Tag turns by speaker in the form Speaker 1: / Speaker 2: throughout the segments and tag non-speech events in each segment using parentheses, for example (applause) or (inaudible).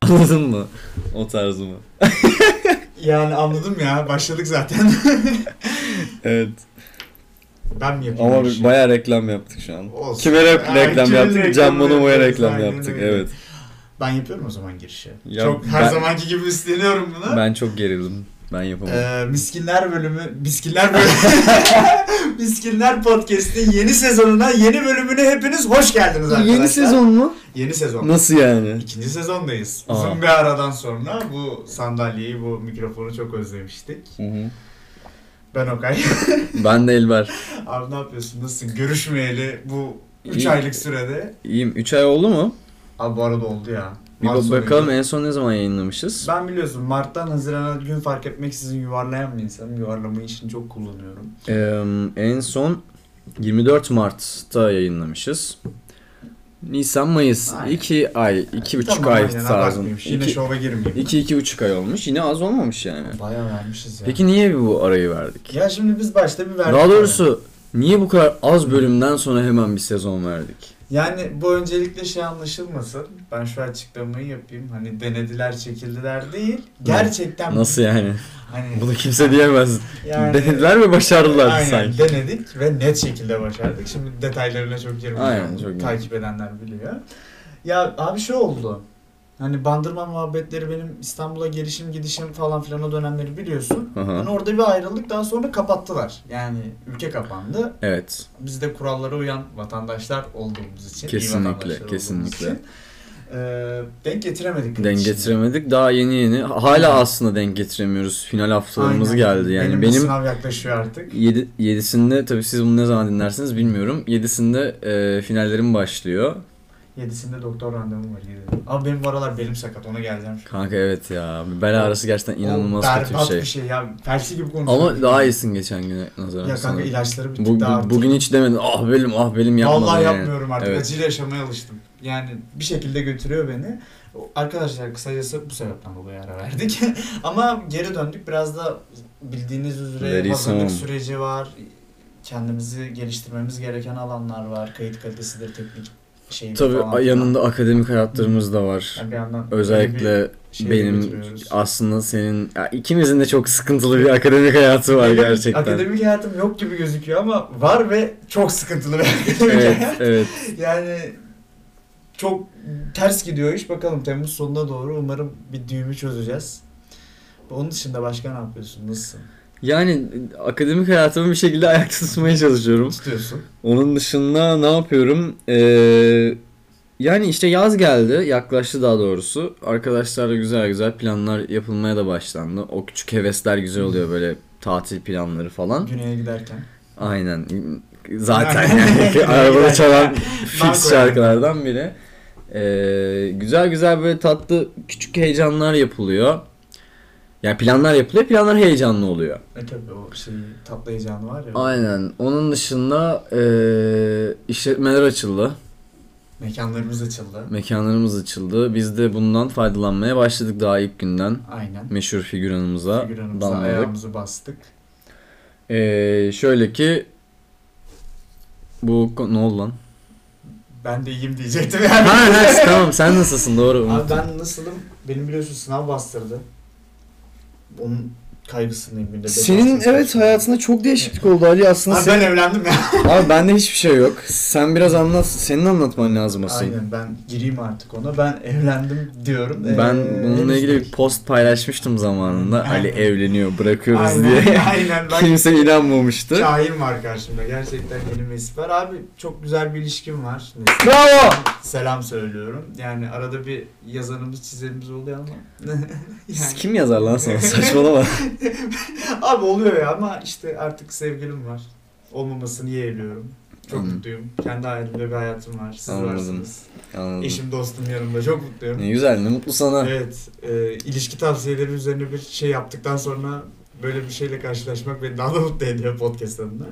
Speaker 1: Anladın mı? O tarzımı.
Speaker 2: Yani anladım ya. Başladık zaten. (laughs)
Speaker 1: Evet.
Speaker 2: ben mi yapayım?
Speaker 1: Ama
Speaker 2: öyle şey?
Speaker 1: bayağı reklam yaptık şu an.
Speaker 2: Olsun.
Speaker 1: Kime rap-
Speaker 2: Ha,
Speaker 1: reklam
Speaker 2: kime
Speaker 1: yaptık?
Speaker 2: reklam
Speaker 1: Can Bonomo'ya
Speaker 2: yapıyoruz,
Speaker 1: reklam
Speaker 2: aynen
Speaker 1: yaptık.
Speaker 2: öyle.
Speaker 1: Evet.
Speaker 2: Ben yapıyorum o zaman girişi.
Speaker 1: Ya
Speaker 2: Çok her
Speaker 1: ben-
Speaker 2: zamanki gibi üstleniyorum bunu.
Speaker 1: Ben çok gerildim. Ben yapamadım.
Speaker 2: Ee, Miskinler bölümü, Miskinler bölümü,
Speaker 1: (laughs)
Speaker 2: Miskinler Podcast'in yeni sezonuna, yeni bölümüne hepiniz hoş geldiniz arkadaşlar.
Speaker 1: Yeni sezon mu?
Speaker 2: Yeni sezon.
Speaker 1: Nasıl yani?
Speaker 2: İkinci sezondayız.
Speaker 1: Aa.
Speaker 2: Uzun bir aradan sonra bu sandalyeyi, bu mikrofonu çok özlemiştik. Ben Okay. (laughs)
Speaker 1: Ben de Elber.
Speaker 2: Abi ne yapıyorsun? Nasılsın? Görüşmeyeli bu 3
Speaker 1: İyi.
Speaker 2: aylık sürede.
Speaker 1: İyiyim. 3 ay oldu mu?
Speaker 2: Abi bu arada oldu ya.
Speaker 1: Bir
Speaker 2: Mart
Speaker 1: bak-
Speaker 2: sonuydu.
Speaker 1: bakalım en son ne zaman yayınlamışız?
Speaker 2: Ben biliyorsun Mart'tan Haziran'a gün fark etmeksizin yuvarlayan bir insanım. Yuvarlama işini çok kullanıyorum.
Speaker 1: Ee, en son 24 Mart'ta yayınlamışız. Nisan Mayıs
Speaker 2: Aynen.
Speaker 1: 2 ay, 2,5
Speaker 2: Tamam,
Speaker 1: ay
Speaker 2: aynen,
Speaker 1: tarzım.
Speaker 2: abartmayayım. Yine
Speaker 1: 2
Speaker 2: şova girmeyeyim.
Speaker 1: 2 buçuk ay olmuş. Yine az olmamış yani.
Speaker 2: Bayağı vermişiz ya.
Speaker 1: Peki niye bu arayı verdik?
Speaker 2: Ya şimdi biz başta bir verdik.
Speaker 1: Daha doğrusu niye bu kadar az bölümden sonra hemen bir sezon verdik?
Speaker 2: Yani bu öncelikle şey anlaşılmasın. Ben şu açıklamayı yapayım. Hani denediler çekildiler değil. Gerçekten
Speaker 1: Nasıl yani?
Speaker 2: Hani
Speaker 1: (laughs) Bunu kimse diyemez.
Speaker 2: yani-
Speaker 1: Denediler ve başardılar
Speaker 2: Aynen,
Speaker 1: sanki.
Speaker 2: denedik ve net şekilde başardık. Şimdi detaylarına çok girmeyeceğim.
Speaker 1: Aynen, çok
Speaker 2: Takip edenler biliyor. Ya abi şey oldu. Hani bandırma muhabbetleri benim İstanbul'a gelişim gidişim falan filan o dönemleri biliyorsun.
Speaker 1: Hı hı.
Speaker 2: Hani orada bir ayrıldık daha sonra kapattılar. Yani ülke kapandı.
Speaker 1: Evet.
Speaker 2: biz de kurallara uyan vatandaşlar olduğumuz için. iyi
Speaker 1: Kesinlikle,
Speaker 2: vatandaşlar olduğumuz
Speaker 1: kesinlikle.
Speaker 2: için, eee, denk getiremedik. bu
Speaker 1: Denk
Speaker 2: işi.
Speaker 1: getiremedik. Daha yeni yeni. Hala aslında denk getiremiyoruz. Final haftalarımız
Speaker 2: Aynen.
Speaker 1: geldi yani.
Speaker 2: Benim, de
Speaker 1: benim
Speaker 2: sınav yaklaşıyor artık.
Speaker 1: 7 7'sinde tabii siz bunu ne zaman dinlersiniz bilmiyorum. 7'sinde e, finallerim başlıyor.
Speaker 2: Yedisinde doktor randevum var. Yedi. Abi benim bu aralar belim sakat ona geleceğim. şu an.
Speaker 1: Kanka evet ya. Bel ağrısı gerçekten inanılmaz
Speaker 2: O
Speaker 1: kötü bir
Speaker 2: berbat
Speaker 1: şey.
Speaker 2: bir şey ya. Felsi gibi konuşuyorum.
Speaker 1: Ama daha iyisin geçen güne nazaran.
Speaker 2: Ya
Speaker 1: sana.
Speaker 2: kanka ilaçları bir
Speaker 1: Bu-
Speaker 2: tık
Speaker 1: bu-
Speaker 2: daha artık.
Speaker 1: bugün hiç demedin. Ah belim ah belim yapmadım
Speaker 2: Vallahi
Speaker 1: yani.
Speaker 2: yapmıyorum artık.
Speaker 1: Evet.
Speaker 2: Acıyla yaşamaya alıştım. Yani bir şekilde götürüyor beni. O- Arkadaşlar kısacası bu sebepten dolayı ara verdik. (laughs) Ama geri döndük. Biraz da bildiğiniz üzere
Speaker 1: Very
Speaker 2: hazırlık
Speaker 1: soon.
Speaker 2: süreci var. Kendimizi geliştirmemiz gereken alanlar var. Kayıt kalitesidir, teknik şey falan.
Speaker 1: Tabii
Speaker 2: filan.
Speaker 1: yanında akademik hayatlarımız da var.
Speaker 2: Yani bir yandan böyle
Speaker 1: Özellikle
Speaker 2: bir şeyi
Speaker 1: benim
Speaker 2: götürüyoruz.
Speaker 1: aslında senin ya ikimizin de çok sıkıntılı bir akademik hayatı var
Speaker 2: Benim
Speaker 1: gerçekten.
Speaker 2: Akademik hayatım yok gibi gözüküyor ama var ve çok sıkıntılı bir akademik
Speaker 1: (laughs) evet,
Speaker 2: hayat.
Speaker 1: evet.
Speaker 2: Yani çok ters gidiyor iş. Bakalım Temmuz sonuna doğru umarım bir düğümü çözeceğiz. Onun dışında başka ne yapıyorsun? Nasılsın?
Speaker 1: Yani akademik hayatımı bir şekilde ayakta tutmaya çalışıyorum.
Speaker 2: Tutuyorsun.
Speaker 1: Onun dışında ne yapıyorum? Ee, yani işte yaz geldi, yaklaştı daha doğrusu. Arkadaşlarla güzel güzel planlar yapılmaya da başlandı. O küçük hevesler güzel oluyor böyle tatil planları falan.
Speaker 2: Güney'e giderken.
Speaker 1: Aynen. (laughs) Zaten yani arabada çalan fix
Speaker 2: Marco
Speaker 1: şarkılardan biri. Ee, güzel güzel böyle tatlı küçük heyecanlar yapılıyor. Yani planlar yapılıyor, planlar heyecanlı oluyor.
Speaker 2: E tabii o şey tatlı heyecanı var ya.
Speaker 1: Aynen. Onun dışında eee, işletmeler açıldı.
Speaker 2: Mekanlarımız açıldı.
Speaker 1: Mekanlarımız açıldı. Biz de bundan faydalanmaya başladık daha ilk günden.
Speaker 2: Aynen.
Speaker 1: Meşhur figüranımıza
Speaker 2: Figüranımıza
Speaker 1: damladık.
Speaker 2: ayağımızı bastık.
Speaker 1: Eee, Ee, şöyle ki bu ko- ne oldu (laughs) lan?
Speaker 2: Ben de iyiyim diyecektim yani.
Speaker 1: ha, ha, tamam sen nasılsın doğru.
Speaker 2: Abi
Speaker 1: unuttum.
Speaker 2: ben nasılım? Benim biliyorsun sınav bastırdı. Onun kaygısındayım. Bir de
Speaker 1: Senin
Speaker 2: depresyon
Speaker 1: evet
Speaker 2: saçma.
Speaker 1: hayatında çok değişiklik oldu Ali aslında.
Speaker 2: Abi
Speaker 1: Sen...
Speaker 2: ben evlendim ya.
Speaker 1: Abi bende hiçbir şey yok. Sen biraz anlat. Senin anlatman lazım aslında.
Speaker 2: Aynen ben gireyim artık ona. Ben evlendim diyorum. Ee,
Speaker 1: Ben bununla
Speaker 2: henüz
Speaker 1: ilgili bir
Speaker 2: değil.
Speaker 1: post paylaşmıştım zamanında.
Speaker 2: Aynen.
Speaker 1: Ali evleniyor, bırakıyoruz
Speaker 2: aynen,
Speaker 1: şey diye.
Speaker 2: (laughs) Aynen
Speaker 1: (laughs)
Speaker 2: ben
Speaker 1: Kimse inanmamıştı.
Speaker 2: kahin var karşımda. Gerçekten yeni var. Abi çok güzel bir ilişkim var. Neyse,
Speaker 1: Bravo!
Speaker 2: Selam söylüyorum. Yani arada bir yazanımız çizenimiz oluyor ama. (laughs)
Speaker 1: Siz
Speaker 2: yani,
Speaker 1: Kim yazar lan sana?
Speaker 2: (laughs)
Speaker 1: Saçmalama.
Speaker 2: abi oluyor ya ama işte artık sevgilim var. Olmamasını yeğliyorum. Çok
Speaker 1: Anladım.
Speaker 2: mutluyum. Kendi ailemde bir hayatım var. Siz
Speaker 1: Anladım.
Speaker 2: varsınız.
Speaker 1: Anladım.
Speaker 2: Eşim dostum yanımda. Çok mutluyum.
Speaker 1: Ne güzel, ne mutlu sana.
Speaker 2: (laughs) Evet, e, ilişki tavsiyeleri üzerine bir şey yaptıktan sonra böyle bir şeyle karşılaşmak beni daha da mutlu ediyor podcast adına.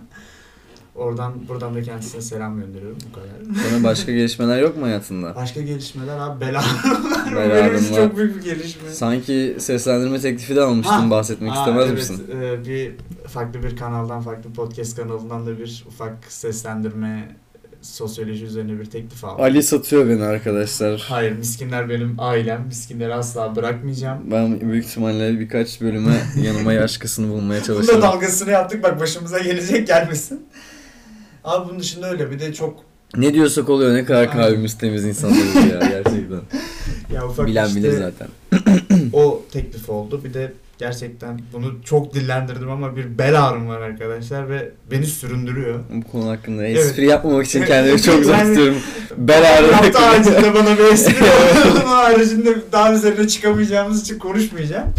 Speaker 2: Oradan buradan da kendisine selam gönderiyorum bu
Speaker 1: (laughs)
Speaker 2: kadar.
Speaker 1: Sana başka gelişmeler yok mu hayatında?
Speaker 2: Başka gelişmeler abi belalım var.
Speaker 1: Belalım
Speaker 2: (laughs) Benim için
Speaker 1: var.
Speaker 2: çok büyük bir gelişme.
Speaker 1: Sanki seslendirme teklifi de almıştın
Speaker 2: Ha.
Speaker 1: bahsetmek
Speaker 2: Aa,
Speaker 1: istemez
Speaker 2: evet,
Speaker 1: misin?
Speaker 2: e, bir farklı bir kanaldan, farklı podcast kanalından da bir ufak seslendirme e, sosyoloji üzerine bir teklif aldım.
Speaker 1: Ali satıyor beni arkadaşlar.
Speaker 2: Hayır miskinler benim ailem. Miskinleri asla bırakmayacağım.
Speaker 1: Ben büyük ihtimalle birkaç
Speaker 2: (laughs)
Speaker 1: bölüme yanıma yaşkasını bulmaya
Speaker 2: Bunda
Speaker 1: çalışırım.
Speaker 2: dalgasını yaptık bak başımıza gelecek gelmesin. Abi bunun dışında öyle bir de çok
Speaker 1: Ne diyorsak oluyor ne kadar
Speaker 2: Aynen.
Speaker 1: kalbimiz temiz insanlarız
Speaker 2: (laughs)
Speaker 1: ya gerçekten.
Speaker 2: ya ufak
Speaker 1: Bilen
Speaker 2: işte
Speaker 1: bilir zaten.
Speaker 2: o teklif oldu. Bir de gerçekten bunu çok dillendirdim ama bir bel ağrım var arkadaşlar ve beni süründürüyor.
Speaker 1: Bu konu hakkında
Speaker 2: Evet.
Speaker 1: espri yapmamak için kendimi çok zor
Speaker 2: Yani-
Speaker 1: tutuyorum. Bel
Speaker 2: Hafta
Speaker 1: ağrı.
Speaker 2: haricinde bana bir
Speaker 1: (laughs)
Speaker 2: espri yapın. Onun haricinde daha üzerine çıkamayacağımız için konuşmayacağım.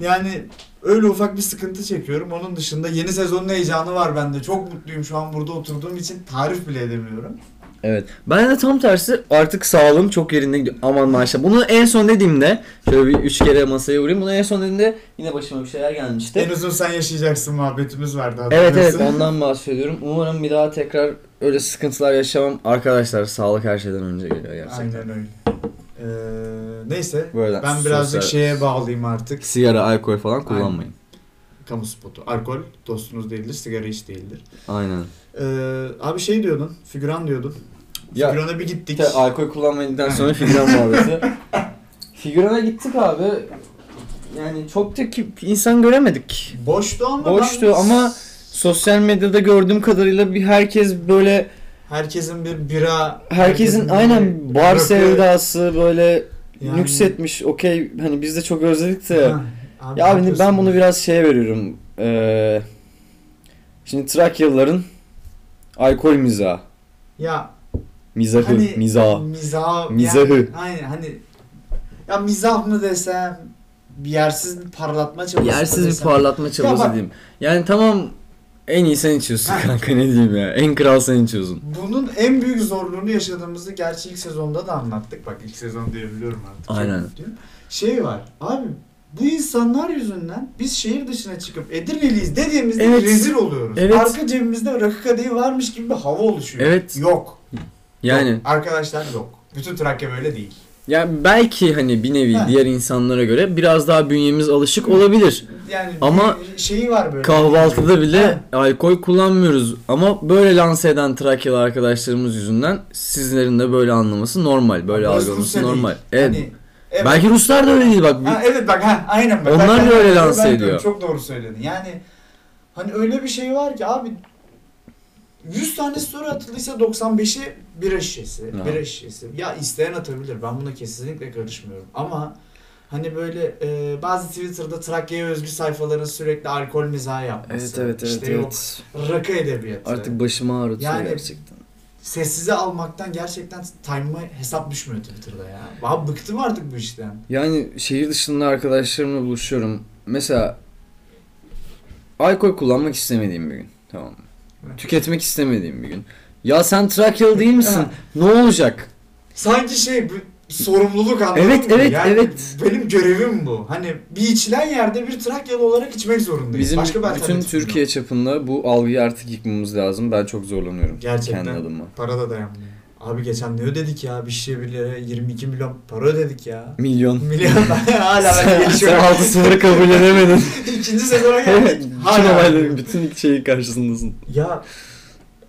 Speaker 2: Yani öyle ufak bir sıkıntı çekiyorum. Onun dışında yeni sezonun heyecanı var bende. Çok mutluyum şu an burada oturduğum için tarif bile edemiyorum.
Speaker 1: Evet. Ben de tam tersi artık sağlığım çok yerinde gidiyor. Aman maşallah. Bunu en son dediğimde şöyle bir üç kere masaya vurayım. Bunu en son dediğimde yine başıma bir şeyler gelmişti.
Speaker 2: En uzun sen yaşayacaksın muhabbetimiz vardı.
Speaker 1: Evet evet
Speaker 2: hatırlıyorsun.
Speaker 1: ondan bahsediyorum. Umarım bir daha tekrar öyle sıkıntılar yaşamam. Arkadaşlar sağlık her şeyden önce geliyor gerçekten.
Speaker 2: Aynen öyle. Ee, neyse
Speaker 1: Böyle
Speaker 2: ben birazcık
Speaker 1: sosyal-
Speaker 2: şeye bağlayayım artık.
Speaker 1: Sigara, alkol falan kullanmayın.
Speaker 2: Kamu spotu. Alkol dostunuz değildir, sigara hiç değildir.
Speaker 1: Aynen.
Speaker 2: Ee, abi şey diyordun, figüran diyordun.
Speaker 1: Ya-
Speaker 2: Figürana bir gittik.
Speaker 1: İşte alkol kullanmadıktan sonra (laughs) figüran muhabbeti. Figürana gittik abi. Yani çok da ki- insan göremedik.
Speaker 2: Boştu ama
Speaker 1: Boştu
Speaker 2: ben-
Speaker 1: ama sosyal medyada gördüğüm kadarıyla bir herkes böyle
Speaker 2: herkesin bir bira
Speaker 1: herkesin
Speaker 2: bir
Speaker 1: aynen bar
Speaker 2: rakı-
Speaker 1: sevdası böyle
Speaker 2: Yani-
Speaker 1: nüksetmiş. Okey hani biz de çok özledik de.
Speaker 2: Ha, abi
Speaker 1: Ya
Speaker 2: ne
Speaker 1: abi ben
Speaker 2: yapıyorsun?
Speaker 1: bunu biraz şeye veriyorum. Ee, şimdi Trakyalıların alkol mizahı.
Speaker 2: ya
Speaker 1: Mizahı,
Speaker 2: hani
Speaker 1: mizahı.
Speaker 2: mizah
Speaker 1: Mizahı.
Speaker 2: yani, aynen hani ya mizah mı desem bir yersiz bir parlatma çabası mı
Speaker 1: Yersiz bir
Speaker 2: desem?
Speaker 1: parlatma çabası
Speaker 2: Ya bak-
Speaker 1: diyeyim. Yani tamam en iyi sen içiyorsun
Speaker 2: Ha.
Speaker 1: kanka ne diyeyim ya. En kral sen içiyorsun.
Speaker 2: Bunun en büyük zorluğunu yaşadığımızı gerçi ilk sezonda da anlattık. Bak ilk sezon diyebiliyorum artık. Çok
Speaker 1: Aynen.
Speaker 2: mutluyum. Şey var. Abi bu insanlar yüzünden biz şehir dışına çıkıp Edirne'liyiz dediğimizde
Speaker 1: Evet.
Speaker 2: rezil oluyoruz.
Speaker 1: Evet.
Speaker 2: Arka cebimizde rakı kadehi varmış gibi bir hava oluşuyor.
Speaker 1: Evet.
Speaker 2: Yok.
Speaker 1: Yani
Speaker 2: Yok. Arkadaşlar yok. Bütün Trakya böyle değil.
Speaker 1: yani belki hani bir nevi
Speaker 2: Ha.
Speaker 1: diğer insanlara göre biraz daha bünyemiz alışık olabilir.
Speaker 2: Yani
Speaker 1: Ama
Speaker 2: bir şeyi var böyle.
Speaker 1: Kahvaltıda bile
Speaker 2: Ha.
Speaker 1: alkol kullanmıyoruz ama böyle lanse eden Trakyalı arkadaşlarımız yüzünden sizlerin de böyle anlaması normal. Böyle
Speaker 2: Biz
Speaker 1: algılaması
Speaker 2: Rusya
Speaker 1: normal.
Speaker 2: değil.
Speaker 1: Evet.
Speaker 2: Hani, evet.
Speaker 1: Belki Ruslar da öyle değil bak.
Speaker 2: Ha, evet bak ha aynen bak.
Speaker 1: Onlar
Speaker 2: Bak,
Speaker 1: da
Speaker 2: ben-
Speaker 1: öyle
Speaker 2: ben-
Speaker 1: lanse
Speaker 2: ben-
Speaker 1: ediyor.
Speaker 2: Çok doğru söyledin. Yani hani öyle bir şey var ki abi 100 tane soru atıldıysa 95'i bira şişesi,
Speaker 1: Ha.
Speaker 2: bira şişesi. Ya isteyen atabilir. Ben buna kesinlikle karışmıyorum. Ama hani böyle e, bazı Twitter'da Trakya'ya özgü sayfaların sürekli alkol mizahı yapması. işte yok rakı edebiyatı.
Speaker 1: Artık başımı ağrıtıyor
Speaker 2: Yani-
Speaker 1: gerçekten.
Speaker 2: Sessize almaktan gerçekten time'a hesap düşmüyor Twitter'da ya. Abi bıktım artık bu işten.
Speaker 1: Yani şehir dışında arkadaşlarımla buluşuyorum. Mesela alkol kullanmak istemediğim bir gün. Tamam mı?
Speaker 2: Evet.
Speaker 1: Tüketmek istemediğim bir gün. Ya sen Trakyalı değil misin?
Speaker 2: (laughs) Ha.
Speaker 1: ne olacak?
Speaker 2: Sanki şey bu sorumluluk anladın
Speaker 1: Evet,
Speaker 2: mı?
Speaker 1: evet,
Speaker 2: Yani
Speaker 1: evet.
Speaker 2: Benim görevim bu. Hani bir içilen yerde bir Trakyalı olarak içmek zorundayım.
Speaker 1: Bizim
Speaker 2: Başka bir
Speaker 1: bütün
Speaker 2: alternatifim yok.
Speaker 1: Türkiye çapında bu algıyı artık yıkmamız lazım. Ben çok zorlanıyorum.
Speaker 2: Gerçekten.
Speaker 1: Kendi adıma.
Speaker 2: para da dayanmıyor. Abi geçen ne ödedik ya? Bir şişe bir liraya 22 milyon para
Speaker 1: (laughs)
Speaker 2: ödedik ya.
Speaker 1: Milyon.
Speaker 2: Milyon (laughs) hala ben
Speaker 1: sen, sen
Speaker 2: gelişiyorum.
Speaker 1: 6-0 kabul edemedin.
Speaker 2: (laughs) İkinci sezona
Speaker 1: evet.
Speaker 2: geldik.
Speaker 1: Bütün
Speaker 2: Hala.
Speaker 1: olayların, bütün şeyin karşısındasın.
Speaker 2: Ya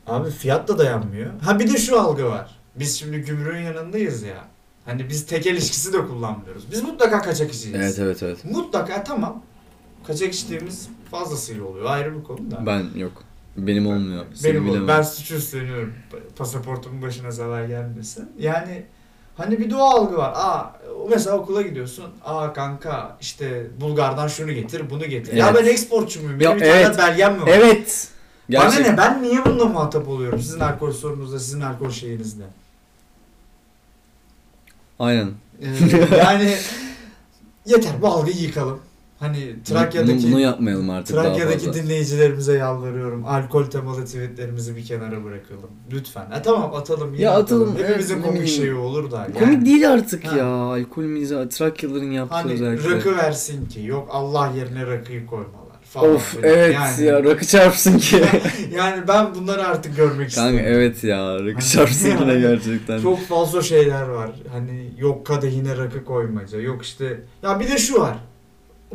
Speaker 2: abi fiyat da dayanmıyor. Ha bir de şu algı var. Biz şimdi gümrüğün yanındayız ya. Hani biz tekel ilişkisi de kullanmıyoruz. Biz mutlaka kaçak işiyiz.
Speaker 1: Evet evet evet.
Speaker 2: Mutlaka tamam. Kaçak içtiğimiz fazlasıyla oluyor. Ayrı bir konu da.
Speaker 1: Ben yok. Benim olmuyor. Seni
Speaker 2: Benim
Speaker 1: bilemem.
Speaker 2: ol- ben suçu üstleniyorum. Pa- Pasaportumun başına zarar gelmesin. Yani hani bir doğa algı var. Aa mesela okula gidiyorsun. Aa kanka işte Bulgar'dan şunu getir, bunu getir. Ya
Speaker 1: Evet.
Speaker 2: ben eksportçu muyum?
Speaker 1: Ya
Speaker 2: Benim bir
Speaker 1: evet.
Speaker 2: tane belgem mi var?
Speaker 1: Evet.
Speaker 2: Bana
Speaker 1: Gerçek-
Speaker 2: ne? Ben niye bununla muhatap oluyorum? Sizin alkol sorunuzla, sizin
Speaker 1: (laughs)
Speaker 2: alkol şeyinizle.
Speaker 1: Aynen.
Speaker 2: Ee, yani yeter bu algıyı yıkalım. Hani Trakya'daki
Speaker 1: bunu, bunu yapmayalım artık daha
Speaker 2: Trakya'daki
Speaker 1: fazla.
Speaker 2: dinleyicilerimize yalvarıyorum. Alkol temalı tweetlerimizi bir kenara bırakalım. Lütfen. E tamam atalım. Yine
Speaker 1: Ya
Speaker 2: atalım.
Speaker 1: atalım,
Speaker 2: Hepimizin
Speaker 1: evet, ne
Speaker 2: komik
Speaker 1: bileyim.
Speaker 2: şeyi olur da. Yani.
Speaker 1: Komik değil artık
Speaker 2: Ha.
Speaker 1: ya. Alkol mizahı Trakyalıların yaptığı
Speaker 2: Hani
Speaker 1: özellikle.
Speaker 2: rakı versin ki. Yok Allah yerine rakıyı koymalar. Falan
Speaker 1: Of
Speaker 2: filan.
Speaker 1: evet
Speaker 2: yani,
Speaker 1: ya rakı çarpsın ki.
Speaker 2: (laughs) Yani ben bunları artık görmek istiyorum.
Speaker 1: Kanka evet ya rakı
Speaker 2: Hani-
Speaker 1: çarpsın ki
Speaker 2: (laughs)
Speaker 1: ne gerçekten.
Speaker 2: Çok fazla şeyler var. Hani yok kadehine rakı koymaca. Yok işte. Ya bir de şu var.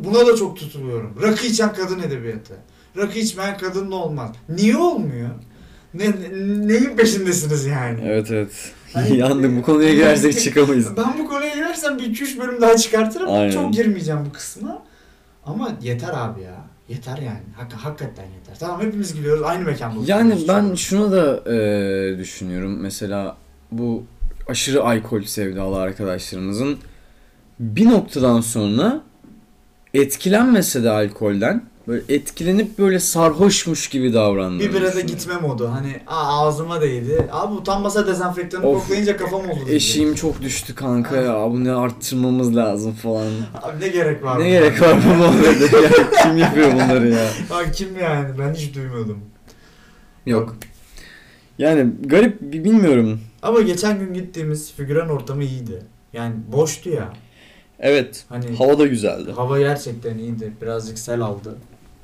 Speaker 2: Buna da çok tutuluyorum. Rakı içen kadın edebiyatı. Rakı içmeyen kadın da olmaz. Niye olmuyor? Ne, neyin peşindesiniz yani?
Speaker 1: Evet evet.
Speaker 2: Hani-
Speaker 1: Yandık bu konuya girersek
Speaker 2: (laughs)
Speaker 1: çıkamayız.
Speaker 2: Ben bu konuya girersem bir iki üç bölüm daha çıkartırım.
Speaker 1: Aynen.
Speaker 2: Çok girmeyeceğim bu kısmına. Ama yeter abi ya. Yeter yani. Hak- hakikaten yeter. Tamam hepimiz gidiyoruz. Aynı mekan bulduk.
Speaker 1: Yani ben şunu da e, düşünüyorum. Mesela bu aşırı alkol sevdalı arkadaşlarımızın bir noktadan sonra etkilenmese de alkolden böyle etkilenip böyle sarhoşmuş gibi davrandığı.
Speaker 2: bir bira da gitme modu. Hani "Aa, ağzıma değdi. Abi utanmasa dezenfektanı
Speaker 1: Of.
Speaker 2: koklayınca kafam oldu.
Speaker 1: Eşiğim çok düştü kanka ya bunu arttırmamız lazım falan.
Speaker 2: Abi ne gerek var?
Speaker 1: Ne
Speaker 2: buna?
Speaker 1: gerek var bu muhabbete ya kim yapıyor bunları ya.
Speaker 2: (laughs) Abi kim yani? Ben hiç duymadım.
Speaker 1: Yok. Yani garip bi- bilmiyorum.
Speaker 2: Ama geçen gün gittiğimiz figüran ortamı iyiydi. Yani boştu ya.
Speaker 1: Evet
Speaker 2: Hani
Speaker 1: hava da güzeldi.
Speaker 2: Hava gerçekten iyiydi. Birazcık sel aldı.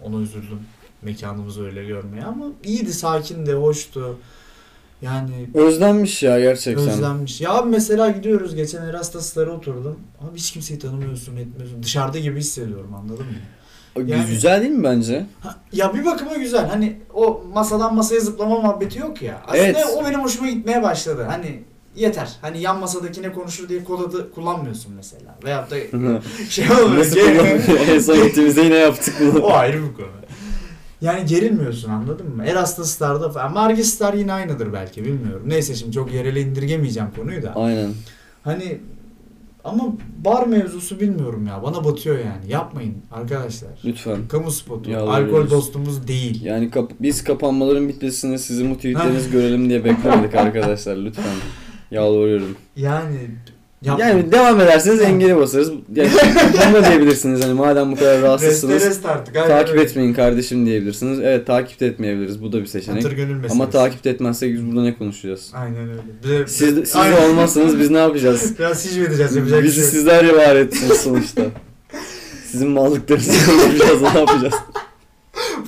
Speaker 2: Ona üzüldüm. Mekanımızı öyle görmeye ama iyiydi, sakindi, hoştu. Yani
Speaker 1: Özlenmiş ya gerçekten.
Speaker 2: özlenmiş. Ya abi mesela gidiyoruz geçen Erastas'lara oturdum. Abi hiç kimseyi tanımıyorsun, etmiyorsun. Dışarıda gibi hissediyorum anladın mı? Yani-
Speaker 1: Güzel değil mi bence?
Speaker 2: Ha, ya bir bakıma güzel. Hani o masadan masaya zıplama muhabbeti yok ya. Aslında
Speaker 1: Evet.
Speaker 2: o benim hoşuma gitmeye başladı. Hani yeter. Hani yan masadaki ne konuşur diye kod adı kullanmıyorsun mesela.
Speaker 1: (laughs)
Speaker 2: Veyahut da şey olmuyor.
Speaker 1: Nasıl
Speaker 2: gel-
Speaker 1: kullanılıyor? (laughs) En son gittiğimizde yine yaptık bunu.
Speaker 2: o ayrı bir konu. Yani gerilmiyorsun anladın mı? Erasmus'larda falan. Margi Star yine aynıdır belki bilmiyorum. Neyse şimdi çok yerele indirgemeyeceğim konuyu da.
Speaker 1: Aynen.
Speaker 2: Hani ama bar mevzusu bilmiyorum ya. Bana batıyor yani. Yapmayın arkadaşlar.
Speaker 1: Lütfen.
Speaker 2: Kamu spotu.
Speaker 1: Yalvarıyoruz.
Speaker 2: Alkol dostumuz değil.
Speaker 1: Yani kap- biz kapanmaların bitmesini sizin bu tweetlerinizi görelim diye beklemedik arkadaşlar lütfen. Yalvarıyorum.
Speaker 2: Yani yapmayın.
Speaker 1: Yani devam ederseniz engeli basarız. Yani bunu da diyebilirsiniz hani madem bu kadar
Speaker 2: rest,
Speaker 1: rahatsızsınız.
Speaker 2: rest artık. aynen
Speaker 1: takip
Speaker 2: öyle.
Speaker 1: etmeyin kardeşim diyebilirsiniz. Evet takip de etmeyebiliriz. Bu da bir seçenek.
Speaker 2: Hatır gönül meselesi.
Speaker 1: Ama takip de etmezsek biz burada ne konuşacağız?
Speaker 2: Aynen öyle. Bize-
Speaker 1: Siz, siz de
Speaker 2: Aynen.
Speaker 1: olmazsanız biz ne yapacağız?
Speaker 2: Biraz hicv edeceğiz. Yapacak bir
Speaker 1: Bizi
Speaker 2: şey yok.
Speaker 1: sizler var etsiniz sonuçta. Sizin mallıklarınızı konuşacağız ne yapacağız?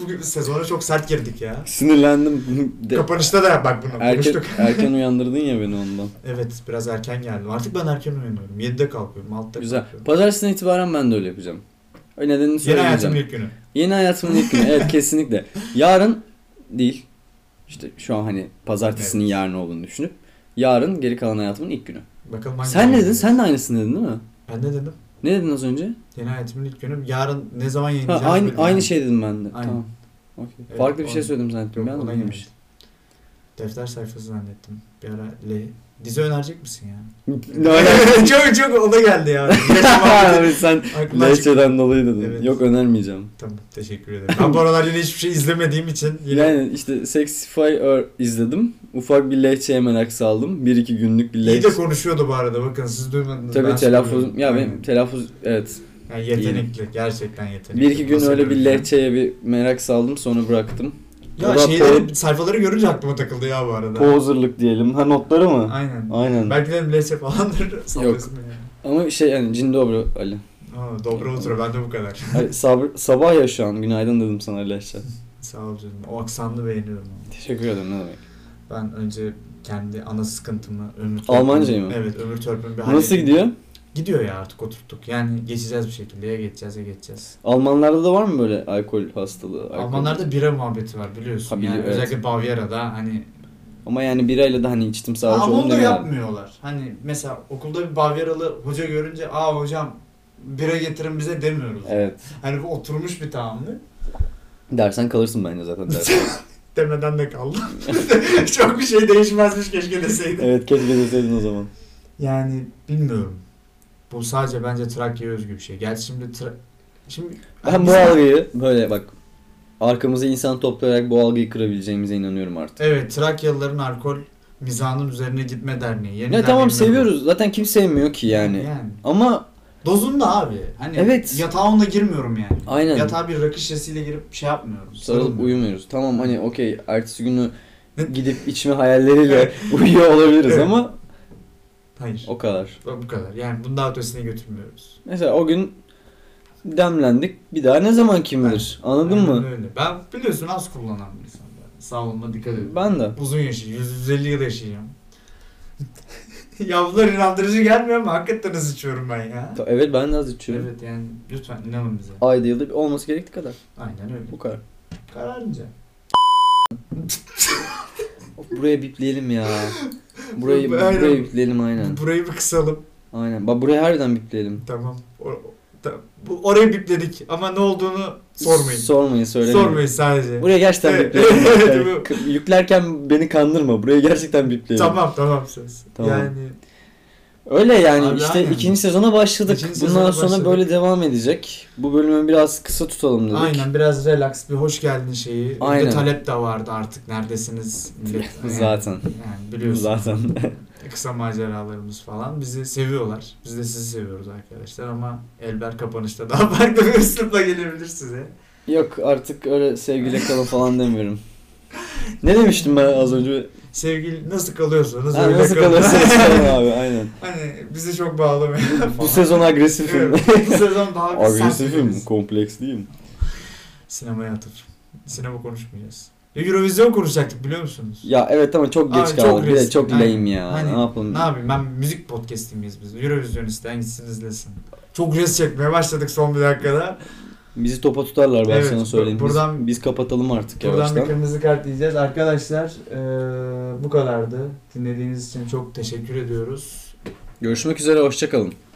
Speaker 2: Bugün sezona çok sert girdik ya.
Speaker 1: Sinirlendim. De-
Speaker 2: Kapanışta da bak bunu
Speaker 1: erken,
Speaker 2: konuştuk.
Speaker 1: erken uyandırdın ya beni ondan.
Speaker 2: Evet biraz erken geldim. Artık ben erken uyanıyorum. 7'de kalkıyorum, 6'da
Speaker 1: Güzel.
Speaker 2: kalkıyorum.
Speaker 1: Pazartesinden itibaren ben de öyle yapacağım. Ö, Nedenini
Speaker 2: Yeni hayatım
Speaker 1: söyleyeceğim.
Speaker 2: ilk günü.
Speaker 1: Yeni hayatımın ilk günü. Evet kesinlikle. Yarın değil. İşte şu an hani pazartesinin yarın olduğunu düşünüp yarın geri kalan hayatımın ilk günü.
Speaker 2: Bakalım hangi
Speaker 1: Sen ne
Speaker 2: gün
Speaker 1: dedin?
Speaker 2: olacak.
Speaker 1: Sen de aynısını dedin değil mi?
Speaker 2: Ben ne dedim?
Speaker 1: Ne dedin az önce?
Speaker 2: Yeni hayatımın ilk günü. Yarın ne zaman
Speaker 1: Ha,
Speaker 2: yayınlayacağız?
Speaker 1: aynı
Speaker 2: bilmiyorum.
Speaker 1: aynı şey dedim ben de.
Speaker 2: Aynen.
Speaker 1: Tamam. Okey.
Speaker 2: Evet,
Speaker 1: Farklı bir şey
Speaker 2: aynen.
Speaker 1: söyledim zannettim.
Speaker 2: Yok
Speaker 1: ben de
Speaker 2: ona
Speaker 1: bilmiyorum.
Speaker 2: yemiş. Defter sayfası zannettim. Bir ara L. Dizi önerecek misin ya?
Speaker 1: Ne (laughs)
Speaker 2: (laughs)
Speaker 1: alaka?
Speaker 2: çok çok ona
Speaker 1: (laughs)
Speaker 2: geldi ya. Geçen muhabbeti-
Speaker 1: Abi sen
Speaker 2: Aklımdan çıktı.
Speaker 1: lehçeden dolayı dedin.
Speaker 2: Evet.
Speaker 1: Yok önermeyeceğim.
Speaker 2: Tamam teşekkür ederim. Ben bu aralar yine hiçbir şey izlemediğim için yine
Speaker 1: Yani işte Sexify Earth izledim. Ufak bir lehçeye merak saldım. Bir iki günlük bir
Speaker 2: iyi
Speaker 1: lehçe.
Speaker 2: de konuşuyordu bu arada bakın siz duymadınız.
Speaker 1: Tabii
Speaker 2: ben
Speaker 1: telaffuzum.
Speaker 2: söylüyorum.
Speaker 1: Ya benim
Speaker 2: Aynen.
Speaker 1: telaffuz evet.
Speaker 2: Yani yetenekli. Gerçekten yetenekli.
Speaker 1: Bir iki gün
Speaker 2: Nasıl
Speaker 1: öyle bir
Speaker 2: göreceğim?
Speaker 1: lehçeye bir merak saldım sonra bıraktım. O
Speaker 2: Ya
Speaker 1: da
Speaker 2: şeyleri,
Speaker 1: po-
Speaker 2: sayfaları görünce aklıma takıldı ya bu arada.
Speaker 1: Poser'lık diyelim. Ha notları mı?
Speaker 2: Aynen.
Speaker 1: Aynen.
Speaker 2: Belki de leçe falandır. Sallıyorsun yani.
Speaker 1: Ama şey yani cin dobro Ali.
Speaker 2: Aa, dobra otur bende bu kadar. (laughs)
Speaker 1: Ay, sabr- sabah ya şu an. Günaydın dedim sana lehçe.
Speaker 2: Sağ ol canım. O aksanını beğeniyorum. ama.
Speaker 1: Teşekkür ederim ne demek.
Speaker 2: Ben önce kendi ana sıkıntımı ömür törpüm.
Speaker 1: Almancayı mı?
Speaker 2: Evet ömür törpüm bir
Speaker 1: Nasıl
Speaker 2: hallettim.
Speaker 1: gidiyor?
Speaker 2: Gidiyor ya artık oturttuk. Yani geçeceğiz bir şekilde. Ya geçeceğiz ya geçeceğiz.
Speaker 1: Almanlarda da var mı böyle alkol hastalığı? Alkol-
Speaker 2: Almanlarda bira muhabbeti var
Speaker 1: Ha,
Speaker 2: biliyorsun. yani
Speaker 1: biliyor- evet.
Speaker 2: özellikle Bavyera'da hani
Speaker 1: Ama yani birayla da hani içtim sarhoş
Speaker 2: Ama
Speaker 1: oldum
Speaker 2: onu da
Speaker 1: demiyorlar.
Speaker 2: yapmıyorlar. Hani mesela okulda bir Bavyeralı hoca görünce aa hocam bira getirin bize demiyoruz.
Speaker 1: Evet.
Speaker 2: Hani bu oturmuş bir tahammül.
Speaker 1: Dersen kalırsın bence
Speaker 2: (laughs)
Speaker 1: zaten dersen.
Speaker 2: Demeden de kaldı. (laughs) Çok bir şey değişmezmiş keşke deseydi.
Speaker 1: evet keşke deseydin o zaman.
Speaker 2: Yani bilmiyorum. Bu sadece bence Trakya'ya özgü bir şey. Gerçi şimdi Tra- Şimdi hani
Speaker 1: Ben bu algıyı böyle bak arkamıza insan toplayarak bu algıyı kırabileceğimize inanıyorum artık.
Speaker 2: Evet Trakyalıların alkol mizanın üzerine gitme derneği.
Speaker 1: Ya tamam seviyoruz. Zaten kim sevmiyor ki yani.
Speaker 2: yani.
Speaker 1: Ama
Speaker 2: Dozunda abi. Hani
Speaker 1: Evet.
Speaker 2: yatağa onunla girmiyorum yani.
Speaker 1: aynen
Speaker 2: Yatağa bir rakı şişesiyle girip şey yapmıyorum.
Speaker 1: sarılıp
Speaker 2: sarılmıyorum.
Speaker 1: uyumuyoruz. Tamam hani okey ertesi günü gidip içme hayalleriyle (laughs) uyuyor
Speaker 2: Evet.
Speaker 1: olabiliriz ama
Speaker 2: Hayır.
Speaker 1: o kadar.
Speaker 2: Bu kadar. Yani bunun daha ötesine götürmüyoruz.
Speaker 1: Mesela o gün demlendik. Bir daha ne zaman kim bilir? Anladın
Speaker 2: Aynen
Speaker 1: mı?
Speaker 2: Öyle. Ben biliyorsun az kullanan bir insanım. ben. Sağlığıma dikkat ediyorum.
Speaker 1: Ben de.
Speaker 2: Uzun yaşayacağım. 150 yıl (laughs) yaşayacağım. ya bunlar inandırıcı gelmiyor ama hakikaten az içiyorum ben ya.
Speaker 1: Ta- Evet ben de az içiyorum.
Speaker 2: Evet yani lütfen inanın bize.
Speaker 1: Ayda yılda bir olması gerektiği kadar.
Speaker 2: Aynen öyle.
Speaker 1: Bu kadar.
Speaker 2: Kararınca.
Speaker 1: Buraya bipleyelim
Speaker 2: (laughs)
Speaker 1: ya. Burayı,
Speaker 2: Aynen.
Speaker 1: burayı bipleyelim aynen.
Speaker 2: Burayı bir kısalım.
Speaker 1: Aynen. Bak burayı harbiden bipleyelim.
Speaker 2: Tamam. O, o- ta- bu, orayı bipledik ama ne olduğunu sormayın.
Speaker 1: Sormayın söylemeyin.
Speaker 2: Sormayın sadece.
Speaker 1: Buraya gerçekten
Speaker 2: Evet,
Speaker 1: bipleyelim.
Speaker 2: (laughs) evet,
Speaker 1: Yani
Speaker 2: bu-
Speaker 1: k- Yüklerken beni kandırma. Buraya gerçekten bipleyelim.
Speaker 2: Tamam tamam söz.
Speaker 1: Tamam.
Speaker 2: Yani
Speaker 1: Öyle yani
Speaker 2: Abi
Speaker 1: işte
Speaker 2: aynen.
Speaker 1: ikinci sezona başladık.
Speaker 2: İkinci
Speaker 1: Bundan
Speaker 2: sezona
Speaker 1: sonra
Speaker 2: başladık.
Speaker 1: böyle devam edecek. Bu bölümü biraz kısa tutalım dedik.
Speaker 2: aynen biraz relax bir hoş geldin şeyi. Bir de
Speaker 1: Aynen.
Speaker 2: talep de vardı artık neredesiniz? Millet- yani-
Speaker 1: (laughs) Zaten.
Speaker 2: Yani biliyorsun. (laughs)
Speaker 1: Zaten.
Speaker 2: Kısa maceralarımız falan bizi seviyorlar. Biz de sizi seviyoruz arkadaşlar ama Elber kapanışta daha (laughs) farklı bir üslupla gelebilir size.
Speaker 1: Yok artık öyle sevgili kalın falan demiyorum. Ne demiştim ben az önce?
Speaker 2: Sevgili nasıl kalıyorsanız
Speaker 1: Ha,
Speaker 2: öyle
Speaker 1: nasıl
Speaker 2: kalın. (laughs)
Speaker 1: kalırsanız kalın abi aynen.
Speaker 2: hani bizi çok bağlamayın falan.
Speaker 1: Bu sezon agresifim. (laughs)
Speaker 2: Evet, bu sezon daha bir
Speaker 1: agresifim,
Speaker 2: sertiniz.
Speaker 1: kompleksliyim.
Speaker 2: Sinemaya atıp. Sinema konuşmayacağız. Eurovision konuşacaktık biliyor musunuz?
Speaker 1: Ya evet ama çok geç
Speaker 2: Abi, çok
Speaker 1: kaldık. Bir de
Speaker 2: riskli.
Speaker 1: çok
Speaker 2: Aynen.
Speaker 1: lame ya.
Speaker 2: Aynen.
Speaker 1: Ne yapalım?
Speaker 2: Ne yapayım ben müzik podcast'i miyiz biz. Eurovision isteyen gitsin izlesin. Çok res çekmeye başladık son bir dakikada.
Speaker 1: Bizi topa tutarlar ben
Speaker 2: Evet,
Speaker 1: sana söyleyeyim.
Speaker 2: buradan-
Speaker 1: biz, biz kapatalım artık
Speaker 2: Buradan bir
Speaker 1: yavaştan.
Speaker 2: kırmızı kart diyeceğiz. Arkadaşlar eee, bu kadardı. Dinlediğiniz için çok teşekkür ediyoruz.
Speaker 1: Görüşmek üzere hoşçakalın.